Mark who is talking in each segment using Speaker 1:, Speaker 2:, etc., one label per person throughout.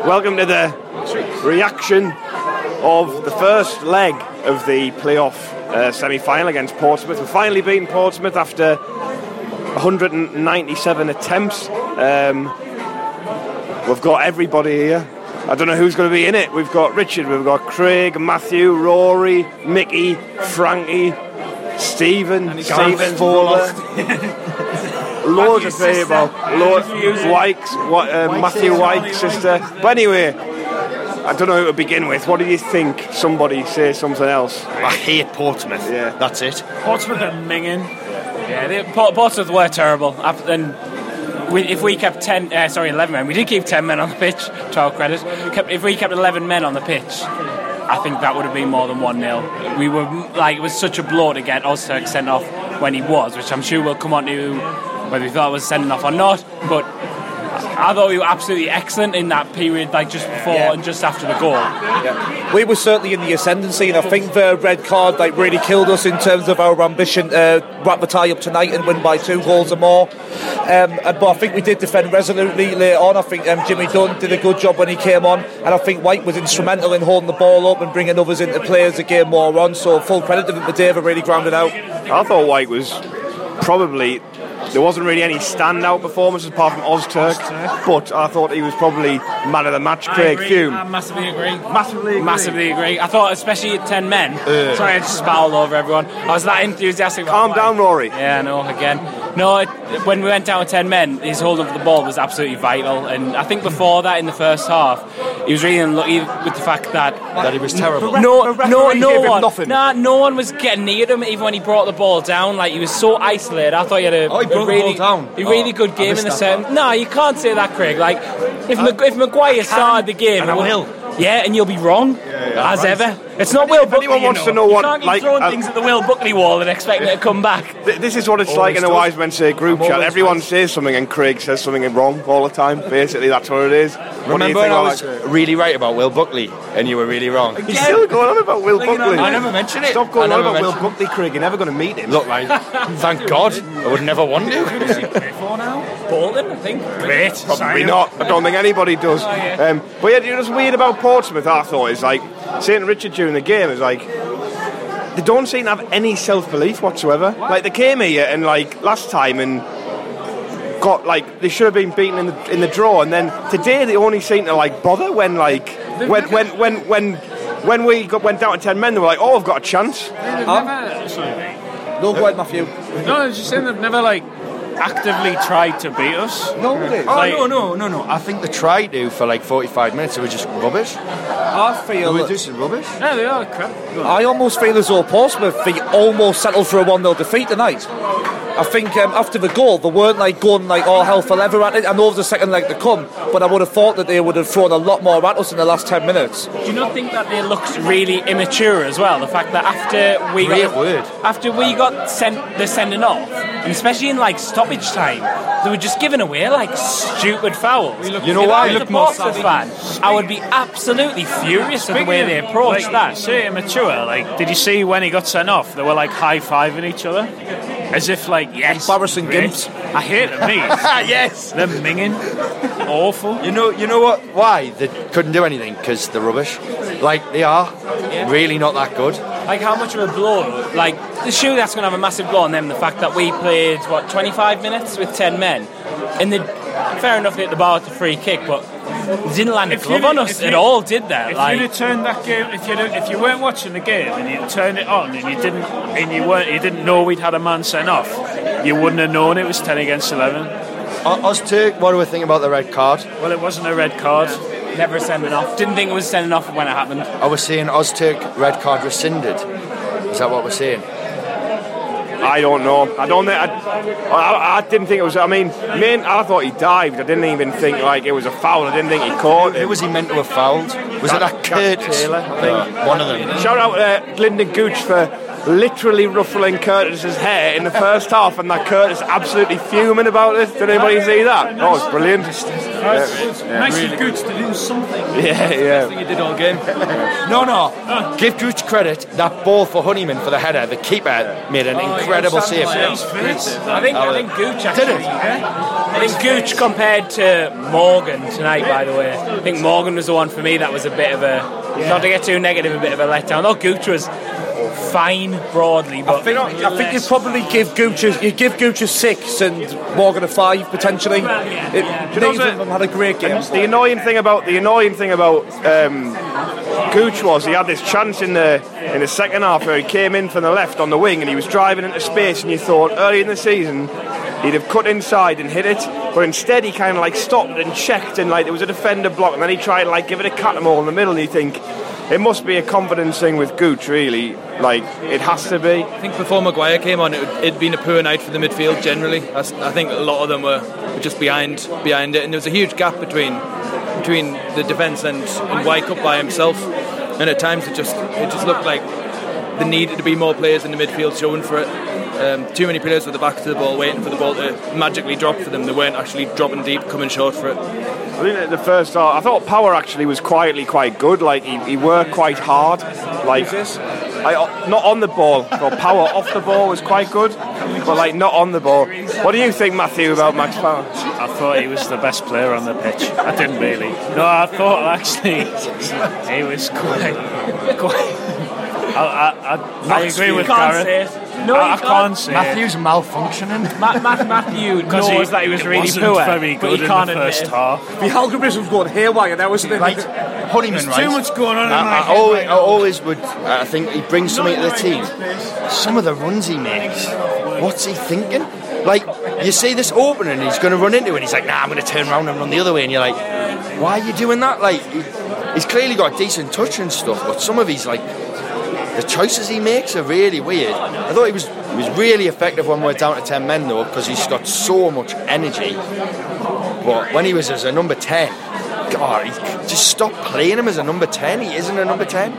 Speaker 1: Welcome to the reaction of the first leg of the playoff uh, semi final against Portsmouth. We've finally beaten Portsmouth after 197 attempts. Um, we've got everybody here. I don't know who's going to be in it. We've got Richard, we've got Craig, Matthew, Rory, Mickey, Frankie, Stephen, Stephen Fowler. Loads of
Speaker 2: Matthew's
Speaker 1: people.
Speaker 2: sister.
Speaker 1: Lord,
Speaker 2: Matthew's
Speaker 1: Wykes, what, uh, Matthew Wykes' sister. But anyway, I don't know who to begin with. What do you think? Somebody say something else.
Speaker 3: I hate Portsmouth.
Speaker 1: Yeah.
Speaker 3: That's it.
Speaker 2: Portsmouth are minging. Yeah, they, Port, Portsmouth were terrible. Up- And we, if we kept ten, uh, sorry, eleven men, we did keep ten men on the pitch. To our credit, Kept- if we kept eleven men on the pitch, I think that would have been more than one 0 We were m- like it was such a blow to get Osterk sent off when he was, which I'm sure we'll come on to whether we thought it was sending off or not, but. I thought we were absolutely excellent in that period, like just before
Speaker 4: Yeah.
Speaker 2: and just after the goal.
Speaker 4: We were certainly in the ascendancy, and I think the red card like really killed us in terms of our ambition to wrap the tie up tonight and win by two goals or more. Um, and, but I think we did defend resolutely later on. I think um, Jimmy Dunn did a good job when he came on, and I think White was instrumental in holding the ball up and bringing others into play as the game wore on. So full credit to Madeira for really grounded out.
Speaker 1: I thought White was probably there wasn't really any standout performances apart from Ozturk, but I thought he was probably man of the match. Craig Fume.
Speaker 2: massively agree. Massively agree. Massively agree. I thought, especially at 10 men, sorry, I just spat all over everyone. I was that enthusiastic. about
Speaker 1: Calm
Speaker 2: White.
Speaker 1: down, Rory.
Speaker 2: Yeah, no, again. No, it, when we went down with 10 men, his hold of the ball was absolutely vital. And I think before that, in the first half, he was really unlucky with the fact that.
Speaker 3: That he was terrible.
Speaker 2: No,
Speaker 4: the
Speaker 2: no,
Speaker 4: referee
Speaker 2: no
Speaker 4: gave him
Speaker 2: one.
Speaker 4: nothing.
Speaker 2: Nah, no one was getting near him, even when he brought the ball down. Like he was so isolated. I thought he had a,
Speaker 3: Oh, he
Speaker 2: a
Speaker 3: brought the
Speaker 2: really,
Speaker 3: ball down.
Speaker 2: a really
Speaker 3: Oh,
Speaker 2: good
Speaker 3: I
Speaker 2: game
Speaker 3: missed
Speaker 2: in the
Speaker 3: that
Speaker 2: second. No, you can't say that, Craig. Like if Mag- if Maguire started the game,
Speaker 3: and I
Speaker 2: it would-
Speaker 3: will.
Speaker 2: Yeah, and you'll be wrong as ever. It's not Will
Speaker 1: anyone
Speaker 2: Buckley. you
Speaker 1: wants to know what,
Speaker 2: you can't keep
Speaker 1: like,
Speaker 2: throwing
Speaker 1: uh,
Speaker 2: things at the Will Buckley wall and expecting it to come back.
Speaker 1: Th- This is what it's like in a wise men say group chat. Everyone says something and Craig says something wrong all the time. Basically, that's what it is. What do you
Speaker 3: Remember
Speaker 1: think
Speaker 3: when I
Speaker 1: about
Speaker 3: was
Speaker 1: that, Craig?
Speaker 3: really right about Will Buckley and you were really wrong?
Speaker 1: He's still going on about Will
Speaker 3: Flinging on-
Speaker 1: Buckley.
Speaker 3: I never mentioned it.
Speaker 1: Stop going
Speaker 3: I
Speaker 1: on
Speaker 3: never
Speaker 1: about Will
Speaker 3: mentioned
Speaker 1: Buckley, Craig. You're never going to meet him.
Speaker 3: Look, like, thank God. I would never want to.
Speaker 2: Bolton, I think. Great.
Speaker 1: Probably not. I don't think anybody does.
Speaker 2: yeah.
Speaker 1: Um, but yeah, you know what's weird about Portsmouth, I thought, is like St. Richard during the game is like they don't seem to have any self belief whatsoever. Like they came here and like last time and got like they should have been beaten in the in the draw, and then today they only seem to like bother when like when when when when. When we got, went down to 10 men, they were like, oh, I've got a chance.
Speaker 5: They've never, sorry.
Speaker 4: No, go ahead, Matthew.
Speaker 5: No, I was just saying they've never like actively tried to beat us.
Speaker 4: No, it is.
Speaker 3: Oh,
Speaker 5: Like-
Speaker 3: no, no, no, no. I think they tried to for like 45 minutes. It was just rubbish.
Speaker 4: I
Speaker 3: They
Speaker 4: feel.
Speaker 3: were just rubbish.
Speaker 5: Yeah, they are crap.
Speaker 4: I almost feel as though Portsmouth they almost settled for a 1 0 defeat tonight. I think um, after the goal, they weren't like going like all hell for leather at it. I know it was the second leg to come, but I would have thought that they would have thrown a lot more at us in the last 10 minutes.
Speaker 2: Do you not think that they looked really immature as well? The fact that after we
Speaker 3: Great
Speaker 2: got,
Speaker 3: word.
Speaker 2: after we got sent the sending off, and especially in like stoppage time, they were just giving away like stupid fouls.
Speaker 3: You know why? We
Speaker 2: If I was a
Speaker 3: look more
Speaker 2: Portsmouth fan, I would be absolutely furious at the way they approached that.
Speaker 5: like, Say immature. Like, did you see when he got sent off? They were like high fiving each other, as if like yes.
Speaker 4: Embarrassing
Speaker 5: great.
Speaker 4: gimps.
Speaker 5: I hate them. Me.
Speaker 3: Ah, yes.
Speaker 5: They're minging. Awful.
Speaker 3: You know, you know what? Why they couldn't do anything? Because they're rubbish. Like they are, really not that good.
Speaker 2: Like how much of a blow? Like surely that's going to have a massive blow on them. The fact that we played what 25 minutes with 10 men, and they fair enough they hit the bar at the free kick, but they didn't land a
Speaker 5: If
Speaker 2: glove
Speaker 5: you-
Speaker 2: on us
Speaker 5: if
Speaker 2: at
Speaker 5: you-
Speaker 2: all, did they?
Speaker 5: If
Speaker 2: Like
Speaker 5: you'd have turned that game, if you if you weren't watching the game and you turned it on and you didn't and you weren't you didn't know we'd had a man sent off, you wouldn't have known it was ten against eleven.
Speaker 3: O- Ozturk, what do we think about the red card?
Speaker 5: Well, it wasn't a red card.
Speaker 2: never sending off. Didn't think it was sending off when it happened.
Speaker 3: Are we saying Ozturk red card rescinded? Is that what we're saying?
Speaker 1: I don't know. I don't think. I, I, I didn't think it was. I mean, main, I thought he dived. I didn't even think like it was a foul. I didn't think he caught
Speaker 3: Who
Speaker 1: it.
Speaker 3: was he meant to have fouled? Was it that
Speaker 1: Jack
Speaker 3: Curtis?
Speaker 1: Taylor, I think.
Speaker 3: No, one of them.
Speaker 1: Shout out to uh, Lyndon Gooch for literally ruffling Curtis's hair in the first half, and that Curtis absolutely fuming about it. Did anybody see that? Oh, it's brilliant. Uh,
Speaker 6: It's nice and good to lose something.
Speaker 1: Yeah,
Speaker 6: I
Speaker 1: yeah.
Speaker 6: think you did all game.
Speaker 3: No, no. Give Gooch credit. That ball for Honeyman for the header, the keeper made an incredible save.
Speaker 2: I think, I think Gooch actually. I think Gooch compared to Morgan tonight, by the way. I think Morgan was the one for me that was a bit of a. Not to get too negative, a bit of a letdown. Though Gooch was fine broadly, but.
Speaker 4: I think you probably give Gucci you give Gucci six and Morgan a five potentially. It, neither of them had a great game.
Speaker 1: Um, The annoying thing about the annoying thing about um, Gooch was he had this chance in the in the second half where he came in from the left on the wing and he was driving into space and you thought early in the season he'd have cut inside and hit it, but instead he kind of like stopped and checked and like there was a defender block and then he tried to like give it a cut all in the middle and you think it must be a confidence thing with Gooch really like it has to be.
Speaker 6: I think before Maguire came on, it, would- it'd been a poor night for the midfield generally. I, s- I think a lot of them were, were just behind behind it, and there was a huge gap between between the defence and, and Wycup by himself. And at times, it just it just looked like there needed to be more players in the midfield showing for it. Um, too many players with the back to the ball, waiting for the ball to magically drop for them. They weren't actually dropping deep, coming short for it.
Speaker 1: I think that the first half, I thought Power actually was quietly quite good. Like he, he worked quite hard. Like I, not on the ball, but Power off the ball was quite good, but like not on the ball. What do you think, Matthew, about Max Power?
Speaker 5: I thought he was the best player on the pitch. I didn't really. No, I thought actually he was quite. quite I, I, I, I agree with Gareth.
Speaker 2: No,
Speaker 5: I, I
Speaker 2: you
Speaker 5: can't say it.
Speaker 7: Matthew's malfunctioning.
Speaker 2: Matt, Matt, Matthew knows
Speaker 5: Because
Speaker 2: that he was really
Speaker 5: wasn't
Speaker 2: poor,
Speaker 5: very
Speaker 2: but
Speaker 5: good
Speaker 2: he
Speaker 5: in
Speaker 2: can't
Speaker 5: the
Speaker 2: admit
Speaker 5: first
Speaker 2: it.
Speaker 5: half.
Speaker 4: The algorithm's going haywire now, isn't it?
Speaker 7: Right, Honeyman, right?
Speaker 6: Too much going on in
Speaker 3: I, I always, I always would. I think he brings something to the team. Some of the runs he makes, what's he thinking? Like, you see this opening, he's going to run into it, and he's like, nah, I'm going to turn around and run the other way. And you're like, why are you doing that? Like, he, he's clearly got decent touch and stuff, but some of his, like, the choices he makes are really weird. I thought he was he was really effective when we were down to 10 men, though, because he's got so much energy. But when he was as a number 10, God, he, just stop playing him as a number 10. He isn't a number 10.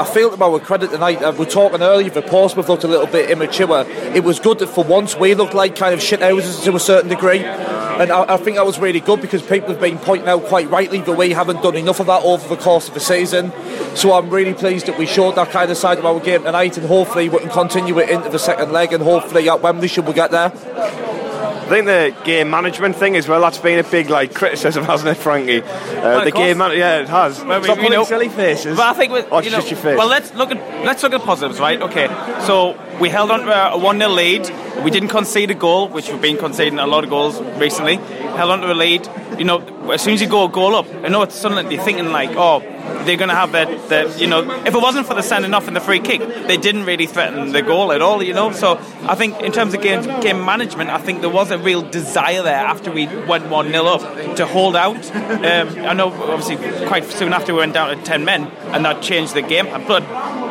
Speaker 4: I feel to our credit tonight. Uh, we we're talking earlier that Portsmouth looked a little bit immature. It was good that for once we looked like kind of shithouses to a certain degree. And I, I think that was really good because people have been pointing out quite rightly that we haven't done enough of that over the course of the season. So I'm really pleased that we showed that kind of side of our game tonight and hopefully we can continue it into the second leg and hopefully at Wembley should we get there.
Speaker 1: I think the game management thing as well. That's been a big like criticism, hasn't it, Frankie? Uh, the
Speaker 6: course.
Speaker 1: game, man- yeah, it has. Stop
Speaker 6: we
Speaker 1: putting
Speaker 6: know-
Speaker 1: silly faces.
Speaker 6: But I think with,
Speaker 1: Oh,
Speaker 6: you know,
Speaker 1: shut your face.
Speaker 6: well, let's look at let's look at positives, right? Okay, so we held on to a one 0 lead. We didn't concede a goal, which we've been conceding a lot of goals recently. Held on to a lead. You know, as soon as you go a goal up, I know it's suddenly you're thinking like, oh, they're going to have that. That you know, if it wasn't for the sending off and the free kick, they didn't really threaten the goal at all. You know, so I think in terms of game game management, I think there was a real desire there after we went one 0 up to hold out. Um, I know obviously quite soon after we went down to ten men, and that changed the game. But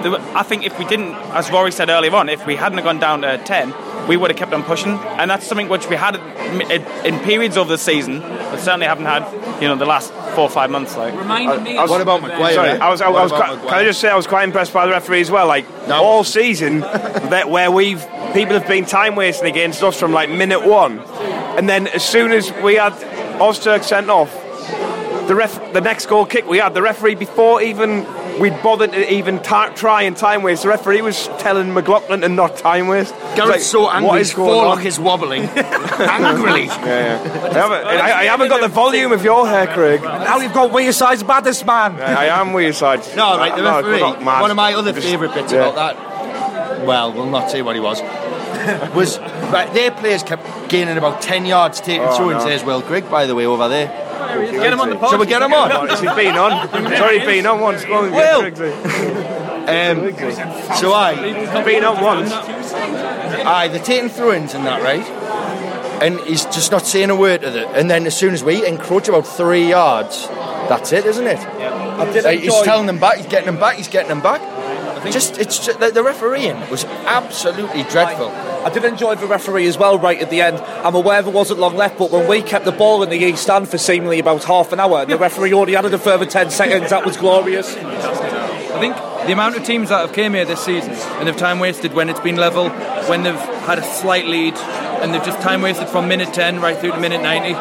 Speaker 6: there were- I think if we didn't, as Rory said earlier on, if we hadn't have gone down to ten, we would have kept on pushing, and that's something which we had in- in periods of the season, but certainly haven't had, you know, the last four or five months. Like,
Speaker 2: Reminded me of
Speaker 3: What about Maguire?
Speaker 1: Sorry,
Speaker 3: eh?
Speaker 1: I was. I,
Speaker 3: What
Speaker 1: was
Speaker 3: about
Speaker 1: quite,
Speaker 3: Maguire?
Speaker 1: can I just say I was quite impressed by the referee as well. Like
Speaker 3: No.
Speaker 1: all season, that where we've people have been time wasting against us from like minute one, and then as soon as we had Ozturk sent off, the ref, the next goal kick we had, the referee before even we'd bothered to even ta- try and time waste, the referee was telling McLaughlin to not time waste. It's
Speaker 7: Gareth's
Speaker 1: like,
Speaker 7: so angry,
Speaker 1: What
Speaker 7: his
Speaker 1: is going
Speaker 7: forelock
Speaker 1: on?
Speaker 7: is wobbling. Angrily.
Speaker 1: I haven't, I, I haven't got the volume of your hair, Craig.
Speaker 4: Now you've got weird size baddest man.
Speaker 1: I am weird side.
Speaker 3: No, right, the
Speaker 1: No,
Speaker 3: referee.
Speaker 1: not mad.
Speaker 3: One of my other
Speaker 1: Just-
Speaker 3: favourite bits
Speaker 1: yeah.
Speaker 3: about that. Well, we'll not say what he was. was right, their players kept gaining about ten yards, taking two, and says, "Well, Greg, by the way, over there."
Speaker 6: get him on the pod.
Speaker 3: Shall we get him on?
Speaker 1: He's been on. He's already been on once. Go on,
Speaker 3: Will.
Speaker 1: Griggsy.
Speaker 3: Um, so I,
Speaker 1: Been on once.
Speaker 3: I, they're taking throw-ins and that, right? And he's just not saying a word to it. And then as soon as we encroach about three yards, that's it, isn't it?
Speaker 4: I did
Speaker 3: Like, he's
Speaker 4: enjoy-
Speaker 3: telling them back. He's getting them back. He's getting them back. Just it's just, the, the refereeing was absolutely dreadful.
Speaker 4: I did enjoy the referee as well right at the end. I'm aware there wasn't long left, but when we kept the ball in the east end for seemingly about half an hour, the referee already added a further 10 seconds. That was glorious.
Speaker 6: I think
Speaker 8: The amount of teams that have came here this season and have time wasted when it's been level, when they've had a slight lead, and they've just time wasted from minute 10 right through to minute 90.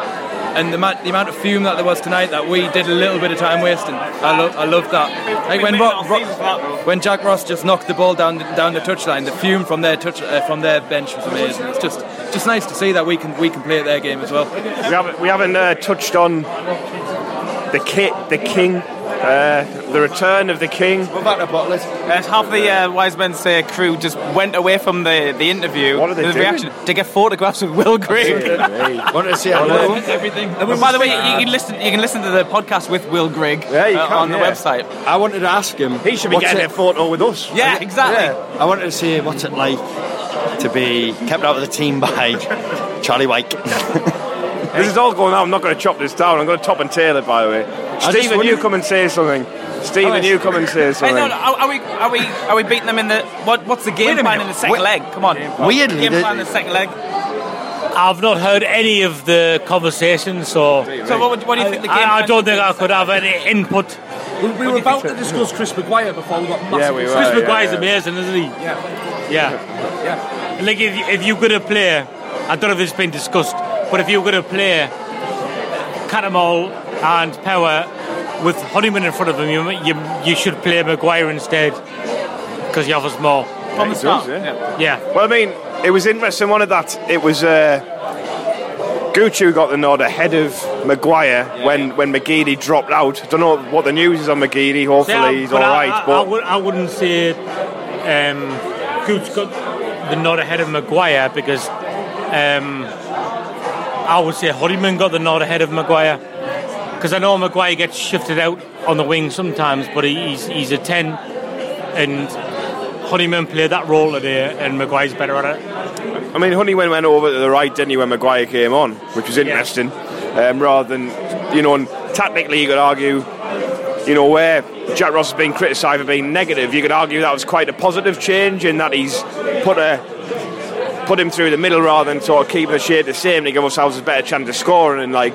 Speaker 8: And the, ma- the amount of fume that there was tonight that we did a little bit of time wasting. I, lo- I love that. Like when, Ro- Ro- when Jack Ross just knocked the ball down the, down the touchline, the fume from their touch uh, from their bench was amazing. It's just just nice to see that we can we can play at their game as well.
Speaker 1: We haven't, we haven't uh, touched on the kit, the king, uh, the return of the king.
Speaker 3: We're back to bottlers.
Speaker 6: As half the uh, Wise Men's uh, crew just went away from the, the interview,
Speaker 1: What are they
Speaker 6: the
Speaker 1: doing?
Speaker 6: reaction, to get photographs with Will Grigg.
Speaker 3: Want to see how low?
Speaker 8: Everything.
Speaker 6: By the way, you, you can listen. You can listen to the podcast with Will Grigg
Speaker 1: Yeah, you
Speaker 6: uh,
Speaker 1: can,
Speaker 6: on the
Speaker 1: yeah.
Speaker 6: website.
Speaker 3: I wanted to ask him.
Speaker 1: He should be
Speaker 3: what's
Speaker 1: getting
Speaker 3: it-
Speaker 1: a photo with us.
Speaker 6: Yeah, exactly.
Speaker 3: Yeah, I wanted to see what's it like to be kept out of the team by Charlie White.
Speaker 1: This is all going on. I'm not going to chop this down. I'm going to top and tail it, by the way.
Speaker 3: just
Speaker 1: Stephen, you
Speaker 3: wondered-
Speaker 1: come and say something. Stephen, you come and say
Speaker 6: Hey,
Speaker 1: something.
Speaker 6: no, no, are, are we are we are we beating them in the what? What's the game plan in the second
Speaker 3: Wait-
Speaker 6: leg? Come on.
Speaker 3: Weirdly,
Speaker 6: game
Speaker 3: the-
Speaker 6: plan in the second leg.
Speaker 9: I've not heard any of the conversation, so
Speaker 6: So what, would- what do you think the game?
Speaker 9: I, I
Speaker 6: plan-
Speaker 9: don't think I could have any input.
Speaker 4: We, we were about to discuss Chris Maguire before we got massive.
Speaker 1: Yeah, we were.
Speaker 9: Chris
Speaker 5: Oh,
Speaker 1: yeah,
Speaker 9: McGuire's
Speaker 1: yeah.
Speaker 9: amazing, isn't he? Yeah. Yeah. Like, if, you- if you're going to play, I don't know if it's been discussed, but if you're going to play Catamol and Power with Honeyman in front of him, you, you, you should play Maguire instead because he offers more.
Speaker 6: from the
Speaker 1: It
Speaker 6: start.
Speaker 1: does, yeah.
Speaker 9: Yeah.
Speaker 1: Well, I mean, it was interesting. One of that, it was uh, Gucci got the nod ahead of Maguire when when McGeady dropped out. don't know what the news is on McGeady. Hopefully,
Speaker 9: Yeah,
Speaker 1: he's all
Speaker 9: but
Speaker 1: right.
Speaker 9: I, I, I,
Speaker 1: but
Speaker 9: would, I wouldn't say um, Coots got the nod ahead of Maguire because um, I would say Hodgman got the nod ahead of Maguire because I know Maguire gets shifted out on the wing sometimes, but he- he's he's a ten and. Honeyman played that role today, and Maguire's better at it.
Speaker 1: I mean, Honeyman went over to the right, didn't he, when Maguire came on, which was interesting. Um, rather than, you know, and tactically, you could argue, you know, where Jack Ross has been criticised for being negative, you could argue that was quite a positive change in that he's put a put him through the middle rather than sort of keeping the shade the same to give ourselves a better chance of scoring. And like,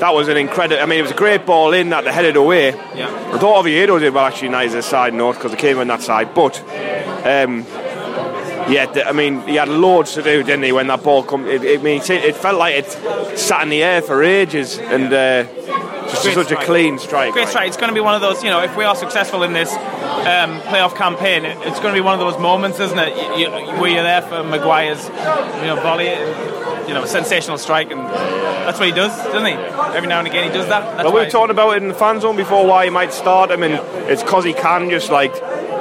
Speaker 1: that was an incredible. I mean, it was a great ball in that they headed away. Yeah. I thought Oviedo did well actually. Nice as a side note because they came on that side, but. Um, yeah, th- I mean, he had loads to do, didn't he? When that ball come, it, it, I mean, it, it felt like it sat in the air for ages, and uh, just
Speaker 6: Great
Speaker 1: such
Speaker 6: strike.
Speaker 1: a clean strike.
Speaker 6: Great
Speaker 1: like.
Speaker 6: try. It's going to be one of those, you know, if we are successful in this um, playoff campaign, it- it's going to be one of those moments, isn't it? You, you, where you're there for Maguire's, you know, volley, and, you know, sensational strike, and that's what he does, doesn't he? Every now and again, he does that. That's
Speaker 1: But we
Speaker 6: why-
Speaker 1: were talking about it in the fan zone before why he might start him, and it's because he can just like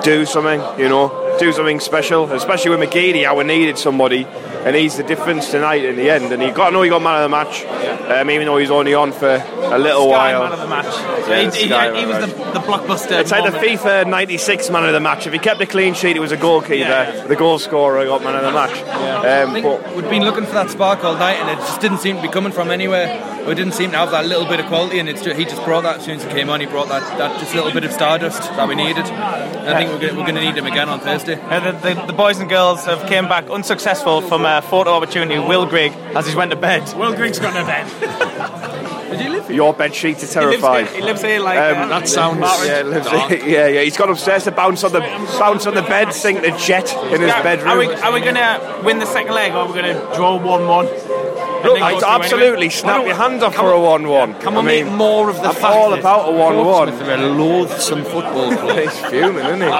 Speaker 1: do something, you know, do something special. Especially with McGeady, how we needed somebody, and he's the difference tonight in the end. And he got, I know he got man of the match, um, even though he's only on for a little
Speaker 6: Sky
Speaker 1: while.
Speaker 6: man of the match.
Speaker 1: Yeah,
Speaker 6: he, he-
Speaker 1: Sky
Speaker 6: he
Speaker 1: man
Speaker 6: was
Speaker 1: of
Speaker 6: the,
Speaker 1: the
Speaker 6: the blockbuster.
Speaker 1: It's like the
Speaker 6: moment.
Speaker 1: FIFA 96 man of the match. If he kept a clean sheet, it was a goalkeeper.
Speaker 6: Yeah, yeah.
Speaker 1: The goal scorer got man of the match.
Speaker 8: I
Speaker 1: Um,
Speaker 8: think
Speaker 1: but
Speaker 8: we'd been looking for that spark all night, and it just didn't seem to be coming from anywhere. We didn't seem to have that little bit of quality, and it's ju- he just brought that as soon as he came on. He brought that, that just little bit of stardust that we needed. And I think we're going we're to need him again on Thursday.
Speaker 6: Uh, the, the, the boys and girls have came back unsuccessful from uh, a photo opportunity. Will Grigg, as he's went to bed.
Speaker 2: Will Griggs got no bed.
Speaker 1: your bed sheets are
Speaker 6: He
Speaker 1: terrified.
Speaker 6: lives, here- he lives here like
Speaker 1: Um,
Speaker 6: uh,
Speaker 1: that
Speaker 6: sounds.
Speaker 1: Yeah, lives- yeah, yeah. He's gone upstairs to bounce on the bounce on the bed, sink the jet in his bedroom.
Speaker 6: Are we, are we going to win the second leg or are we going to draw 1 1?
Speaker 1: Look, like, absolutely snap your hands off for a one-one.
Speaker 3: Come
Speaker 1: I
Speaker 3: on,
Speaker 1: mean,
Speaker 3: make more of the
Speaker 1: I'm
Speaker 3: fact
Speaker 1: all
Speaker 3: that
Speaker 1: about a
Speaker 3: Portsmouth
Speaker 1: one-one.
Speaker 3: are a loathsome football club.
Speaker 1: He's fuming, isn't he?
Speaker 3: Oh,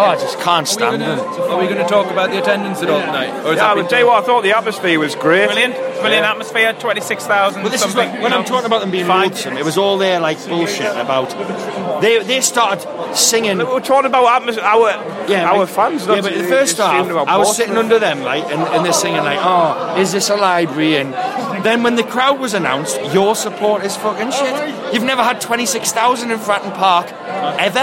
Speaker 3: I just can't stand them.
Speaker 8: Are we going to talk about the attendance at all tonight? Or
Speaker 1: Yeah,
Speaker 8: is that
Speaker 1: I
Speaker 8: been
Speaker 1: tell you what, I thought the atmosphere was great.
Speaker 6: Brilliant, brilliant atmosphere, 26,000.
Speaker 3: But this is
Speaker 6: something,
Speaker 3: what,
Speaker 6: you
Speaker 3: when
Speaker 6: know.
Speaker 3: I'm talking about them being loathsome, it was all their like bullshit about. They they started singing.
Speaker 1: We We're talking about atmos- our
Speaker 3: Yeah,
Speaker 1: our
Speaker 3: like-
Speaker 1: fans.
Speaker 3: Yeah,
Speaker 1: not
Speaker 3: but
Speaker 1: to-
Speaker 3: the first
Speaker 1: it's
Speaker 3: half,
Speaker 1: fuming about
Speaker 3: I was
Speaker 1: Portsmouth.
Speaker 3: sitting under them, like, and, and they're singing like, "Oh, is this a library?" And then when the crowd was announced, your support is fucking shit. You've never had twenty six thousand in Fratton Park ever.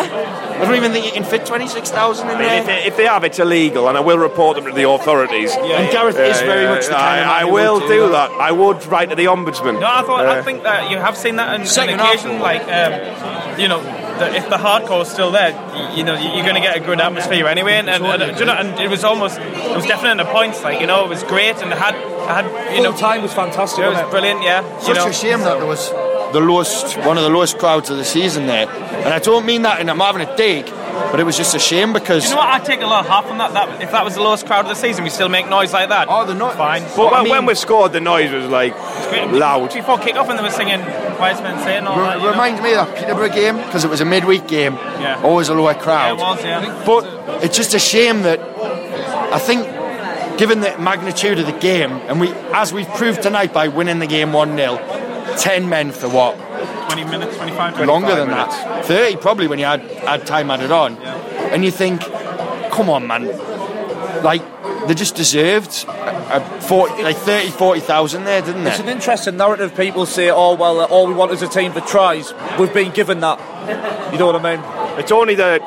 Speaker 3: I don't even think you can fit twenty six thousand in
Speaker 1: I mean, if,
Speaker 3: there.
Speaker 1: they, if they have, it's illegal, and I will report them to the authorities.
Speaker 3: And Gareth is
Speaker 1: Yeah,
Speaker 3: very
Speaker 1: yeah,
Speaker 3: much the kind
Speaker 1: I,
Speaker 3: of man
Speaker 1: I
Speaker 3: who
Speaker 1: will
Speaker 3: would
Speaker 1: do that. I would write to the ombudsman.
Speaker 6: No, I, thought, I
Speaker 1: Uh,
Speaker 6: think that you have seen that on, on
Speaker 8: Second half.
Speaker 6: occasion. Like, um, you know, the, if the hardcore's still there, y- you know, you're going to get a good atmosphere anyway. And, and, and, do you know, and it was almost, it was definitely the points. Like, you know, it was great and it had, it had you
Speaker 4: Full
Speaker 6: know,
Speaker 4: time was fantastic.
Speaker 6: it
Speaker 4: wasn't
Speaker 6: was
Speaker 4: it?
Speaker 6: brilliant, yeah. You
Speaker 7: Such
Speaker 6: know,
Speaker 7: a shame that there was
Speaker 3: the lowest, one of the lowest crowds of the season there. And I don't mean that, and I'm having a dig, but it was just a shame because.
Speaker 6: You know what? I take a lot of half from that. that. If that was the lowest crowd of the season, we still make noise like that.
Speaker 3: Oh, the noise.
Speaker 6: Fine.
Speaker 1: But when, when we scored, the noise was like loud.
Speaker 6: Before kick-off and they were singing Wise Men Say and all that.
Speaker 3: Re-
Speaker 6: you know?
Speaker 3: reminds me of that Peterborough game because it was a midweek game.
Speaker 6: Yeah.
Speaker 3: Always a lower
Speaker 6: Yeah, it
Speaker 3: crowd.
Speaker 6: was, yeah.
Speaker 3: But it's just a shame that I think, given the magnitude of the game, and we as we've proved tonight by winning the game 1 0, 10 men for what?
Speaker 6: 20 minutes, 25 minutes.
Speaker 3: Longer than that. 30 probably when you had, had time added on. And you think, come on, man. Like, they just deserved a, a 40, like 30, 40,000 there, didn't
Speaker 4: It's an
Speaker 3: they?
Speaker 4: interesting narrative. People say, "Oh well, uh, all we want is a team for tries." We've been given that. You know what I mean?
Speaker 1: It's only the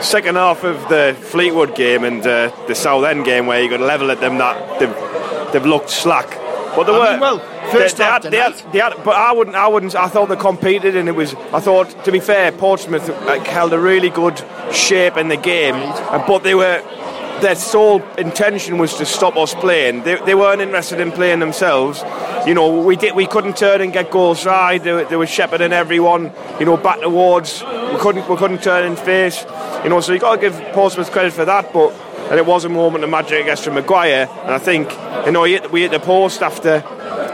Speaker 1: second half of the Fleetwood game and uh, the Southend game where you got to level at them that they've, they've looked slack. But they
Speaker 3: I
Speaker 1: were
Speaker 3: mean, well, first
Speaker 1: they, they
Speaker 3: half
Speaker 1: had, they had-
Speaker 3: tonight.
Speaker 1: they had- But I wouldn't. I wouldn't. I thought they competed, and it was. I thought, to be fair, Portsmouth like, held a really good shape in the game, and- but they were. Their sole intention was to stop us playing. They, they weren't interested in playing themselves. You know, we did. We couldn't turn and get goals side. They, were- they were shepherding everyone. You know, back towards. We couldn't. We couldn't turn and face. You know, so you got to give Portsmouth credit for that. But and it was a moment of magic against from Maguire. And I think you know he hit, we hit the post after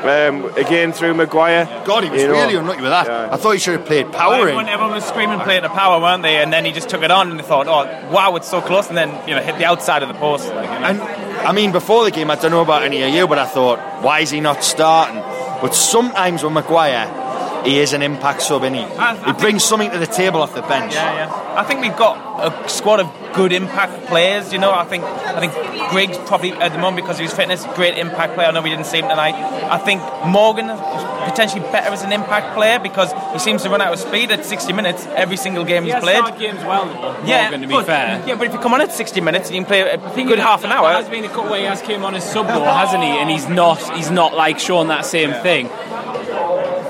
Speaker 1: um, again through Maguire.
Speaker 3: God, he was
Speaker 1: You know.
Speaker 3: really unlucky with that. I thought he should have played power in.
Speaker 6: Everyone, everyone was screaming, playing the power, weren't they? And then he just took it on, and they thought, "Oh, wow, it's so close!" And then you know, hit the outside of the post. Like, you know.
Speaker 3: And I mean, before the game, I don't know about any of you, but I thought, why is he not starting? But sometimes with Maguire, he is an impact sub, isn't
Speaker 6: I- I
Speaker 3: he? He
Speaker 6: think-
Speaker 3: brings something to the table off the bench.
Speaker 6: Yeah, yeah. I think we've got a squad of good impact players. You know, I think I think Griggs probably at the moment because of his fitness, great impact player. I know we didn't see him tonight. I think Morgan is potentially better as an impact player because he seems to run out of speed at 60 minutes every single game he's
Speaker 2: has
Speaker 6: played.
Speaker 2: started games well, though, Morgan, to be
Speaker 6: but,
Speaker 2: fair.
Speaker 6: Yeah, but if you come on at 60 minutes, you can play a
Speaker 2: I think
Speaker 6: good
Speaker 2: that-
Speaker 6: half an
Speaker 2: that-
Speaker 6: hour.
Speaker 2: That has been a cut where he has came on as sub though, hasn't he? And he's not he's not like showing that same thing.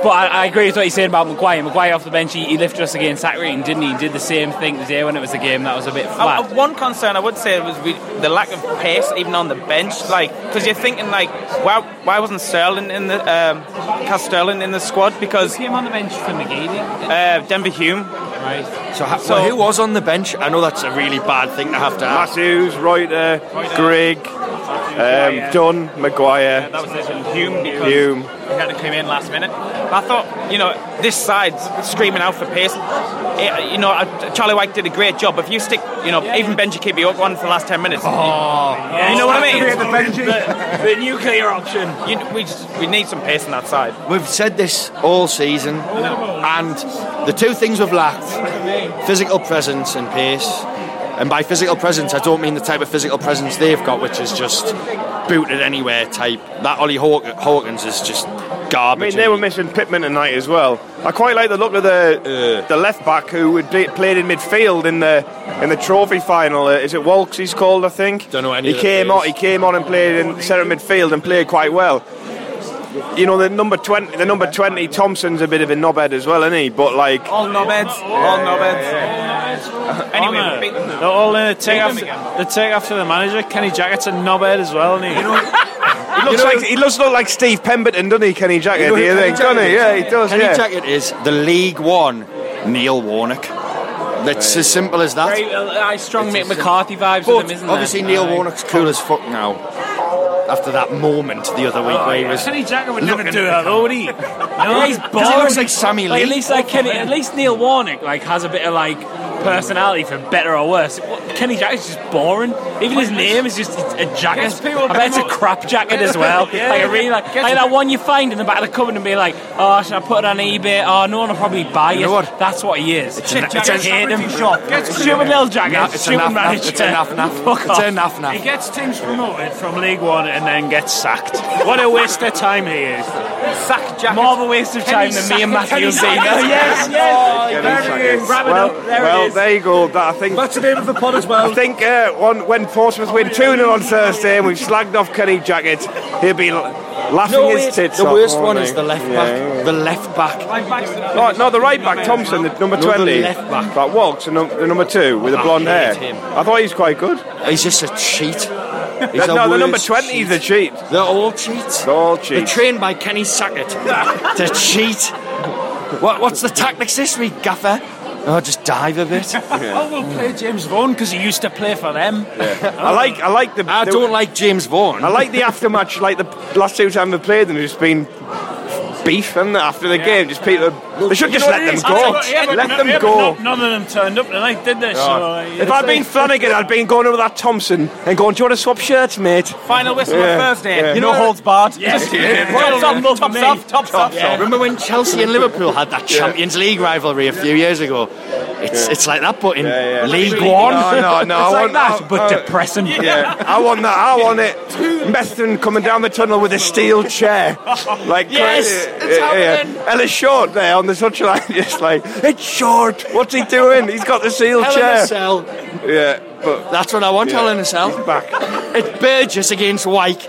Speaker 2: But I, I agree with what you're saying about Maguire. Maguire off the bench, he, he lifted us against Accrington, didn't he? He did the same thing today when it was a game that was a bit
Speaker 6: Uh,
Speaker 2: flat.
Speaker 6: uh, one concern I would say was we, the lack of pace, even on the bench. Like, because you're thinking, like, why, why wasn't Sterling in the um, Castellan in the squad? Because
Speaker 2: came on the bench for McGeady.
Speaker 6: uh, Denver Hume,
Speaker 2: Right.
Speaker 3: So, ha- well, who was on the bench? I know that's a really bad thing to have to ask.
Speaker 1: Matthews, Reuter, Grigg, um, Dunn, Maguire.
Speaker 6: that was it, and Hume because
Speaker 1: Hume.
Speaker 6: he had to come in last minute. But I thought, you know, this side's screaming out for pace. Eh, you know, uh, Charlie White did a great job. If you stick, you know, even Benji Kibbe up on for the last ten minutes, you know what I mean.
Speaker 2: The nuclear option.
Speaker 6: You, we just, we need some pace on that side.
Speaker 3: We've said this all season, and the two things we've lacked physical presence and pace. And by physical presence, I don't mean the type of physical presence they've got, which is just booted anywhere type. That Ollie Hawk- Hawkins is just
Speaker 1: I
Speaker 3: garbage.
Speaker 1: mean, they were missing Pittman tonight as well. I quite like the look of the the left back who would be, played in midfield in the in the trophy final. Uh, is it Walks? He's called, I think.
Speaker 3: Don't know any
Speaker 1: He
Speaker 3: of the
Speaker 1: came
Speaker 3: players.
Speaker 1: on. He came on and played in centre midfield and played quite well. You know, the number twenty, the number twenty, Thompson's a bit of a knobhead as well, isn't he? But like,
Speaker 6: All knobheads, all knobheads. Anyway, we beat-
Speaker 5: They're all uh, in the take
Speaker 6: Beat them
Speaker 5: after the take after the manager. Kenny Jackett's a knobhead as well, isn't he?
Speaker 1: He looks like he does look like Steve Pemberton, doesn't he, Kenny Jackett?
Speaker 3: You know
Speaker 1: do
Speaker 3: who
Speaker 1: you
Speaker 3: Kenny
Speaker 1: think? Doesn't he?
Speaker 3: Jackett
Speaker 1: Yeah,
Speaker 3: is?
Speaker 1: he does.
Speaker 3: Kenny
Speaker 1: yeah.
Speaker 3: Jackett is the League One Neil Warnock. That's as simple as that.
Speaker 2: Very, uh, I strong Mick McCarthy vibes with
Speaker 3: But
Speaker 2: him, isn't
Speaker 3: obviously,
Speaker 2: there?
Speaker 3: Neil
Speaker 2: Aye.
Speaker 3: Warnock's cool as fuck now. After that moment the other
Speaker 1: Oh,
Speaker 3: week where he was.
Speaker 5: Kenny Jackett would never
Speaker 3: Looking
Speaker 5: do
Speaker 3: at
Speaker 5: that, though, would he?
Speaker 2: Yeah, he's
Speaker 3: Because he
Speaker 2: bored.
Speaker 3: looks like Sammy
Speaker 2: Like, at
Speaker 3: Lee.
Speaker 2: least like Kenny, at least Neil Warnock like has a bit of like personality for better or worse. What- Kenny Jackett's just boring. Even his name is just a jacket.
Speaker 6: Gets people
Speaker 2: I bet it's a crap jacket as well. like a really like, like that one you find in the back of the cupboard and be like, oh, should I put it on eBay? Oh, no one will probably buy it.
Speaker 3: know what?
Speaker 2: That's what he is. It's
Speaker 3: a- it's a-
Speaker 2: hate him.
Speaker 3: charity shop.
Speaker 2: Stupid little jacket.
Speaker 3: Nah, it's a
Speaker 2: stupid
Speaker 3: naff, naff,
Speaker 2: manager.
Speaker 3: it's a naff, naff.
Speaker 2: Fuck
Speaker 3: It's
Speaker 2: off.
Speaker 3: a naff,
Speaker 5: He
Speaker 3: naff.
Speaker 5: gets teams promoted from League One and then gets sacked. What a waste of time he is.
Speaker 6: sack jacket.
Speaker 2: More of a waste of time than me and Matthew have seen.
Speaker 4: yes, Oh, yes. There he is.
Speaker 2: Wrap it
Speaker 1: Well,
Speaker 2: up. There it
Speaker 1: well,
Speaker 2: is.
Speaker 1: there you go. That I think.
Speaker 4: That's the name of the pod as well.
Speaker 1: I think uh, one, when Portsmouth
Speaker 3: Oh,
Speaker 1: win 2 0 on Thursday and we've slagged off Kenny Jackett, he'll be l- laughing
Speaker 3: No,
Speaker 1: his
Speaker 3: wait,
Speaker 1: tits
Speaker 3: the
Speaker 1: off,
Speaker 3: worst
Speaker 1: won't
Speaker 3: one
Speaker 1: he?
Speaker 3: is the left
Speaker 1: Yeah,
Speaker 3: back. The left back.
Speaker 1: yeah. No, no, the right back, Thompson, the number
Speaker 3: No, the
Speaker 1: 20.
Speaker 3: left back.
Speaker 1: That Walks, the, num- the number two with the
Speaker 3: I
Speaker 1: blonde hair.
Speaker 3: hate him.
Speaker 1: I thought he was quite good.
Speaker 3: He's just a cheat. He's
Speaker 1: Uh,
Speaker 3: the
Speaker 1: no, the number
Speaker 3: worst
Speaker 1: 20 is
Speaker 3: cheat.
Speaker 1: the cheat.
Speaker 3: They're all cheats.
Speaker 1: They're all
Speaker 3: They're
Speaker 1: cheats.
Speaker 3: trained by Kenny Sackett to cheat. What, what's the tactics this week, Gaffer? Oh, just dive a bit.
Speaker 2: Oh, we'll play James Vaughan because he used to play for them.
Speaker 3: Ah.
Speaker 1: I like I like the.
Speaker 3: I
Speaker 1: the-
Speaker 3: don't like James Vaughan.
Speaker 1: I like the aftermatch. Like the last two times we played them, it's been beef and after the game. Just people. They should just let them go.
Speaker 2: Yeah, but
Speaker 1: Let
Speaker 2: no- yeah,
Speaker 1: them
Speaker 2: but
Speaker 1: go.
Speaker 2: no- None of them turned up tonight, did they? So,
Speaker 6: Oh,
Speaker 2: uh, yeah.
Speaker 1: If I'd been Flanagan, I'd been going over that Thompson and going, "Do you want to swap shirts, mate?"
Speaker 6: Final whistle
Speaker 1: Yeah,
Speaker 6: on Thursday.
Speaker 1: yeah.
Speaker 6: You know, holds barred.
Speaker 2: Yes.
Speaker 6: Just- Tops off, tops off, tops off.
Speaker 3: Remember when Chelsea and Liverpool had that Champions League rivalry a few years ago? It's it's like that, but in
Speaker 1: yeah.
Speaker 3: League One.
Speaker 1: No, no, no. I
Speaker 10: It's like
Speaker 1: want
Speaker 10: that,
Speaker 1: I- uh,
Speaker 10: but depressing.
Speaker 1: Yeah, I want that. I want it. Meston coming down the tunnel with a steel chair, like
Speaker 3: Yes,
Speaker 1: crazy.
Speaker 3: it's
Speaker 1: Yeah, yeah.
Speaker 3: happening.
Speaker 1: Ellis Short there on the touchline, just like it's short. What's he doing? He's got the steel
Speaker 3: Hell in
Speaker 1: chair.
Speaker 3: a cell.
Speaker 1: Yeah, but
Speaker 3: That's what I want,
Speaker 1: Yeah.
Speaker 3: Hell in a cell.
Speaker 1: back.
Speaker 3: It's Burgess against Wyke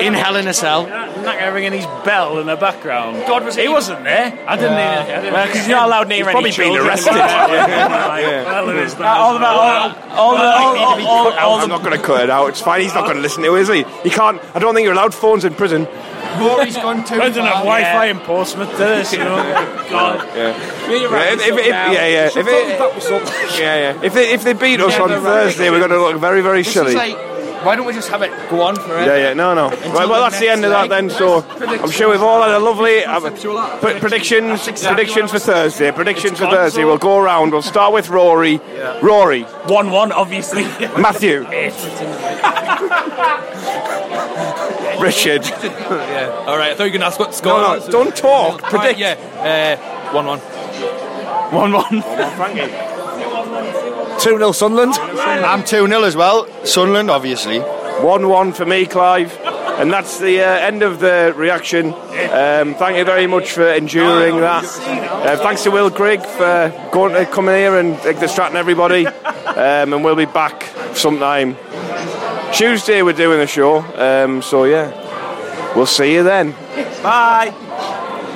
Speaker 3: in Hell in a cell.
Speaker 2: Knacker ringing his bell in the background. God, was he, wasn't there. I didn't hear it. Because you're not allowed near any
Speaker 1: probably been
Speaker 2: children.
Speaker 1: arrested.
Speaker 2: Well, there is that. All about all, all,
Speaker 1: I'm, I'm not going to cut it out. It's fine. He's not going to listen to it, is he? He can't. I don't think you're allowed phones in prison.
Speaker 11: Rory's gone too
Speaker 2: I don't have
Speaker 11: far.
Speaker 2: Wi-Fi in Portsmouth to this, you know. God.
Speaker 1: Yeah, if, if, if, yeah, yeah. If it, yeah, yeah. If they, if they beat us on Thursday, we're going to look very, very
Speaker 11: This
Speaker 1: silly.
Speaker 11: is like, why don't we just have it go on forever?
Speaker 1: Yeah, yeah, no, no. Right, well, that's the end of that then. So I'm sure we've all had a lovely uh, pre- predictions. Predictions for Thursday. Predictions for Thursday. We'll go around. We'll start with Rory. Rory,
Speaker 2: One-one, obviously.
Speaker 1: Matthew, Richard.
Speaker 8: All right, I thought you were going to ask what score.
Speaker 1: No,
Speaker 8: was.
Speaker 1: no, don't talk.
Speaker 8: All right,
Speaker 1: Predict.
Speaker 8: yeah, uh, one-one.
Speaker 6: One-one.
Speaker 4: 2 0 Sunderland.
Speaker 3: I'm 2 0 as well. Sunderland, obviously.
Speaker 1: One-one for me, Clive. And that's the uh, end of the reaction. Um, thank you very much for enduring that. Uh, thanks to Will Grigg for going to coming here and uh, distracting everybody. Um, and we'll be back sometime Tuesday. We're doing the show, um, so yeah, we'll see you then. Bye.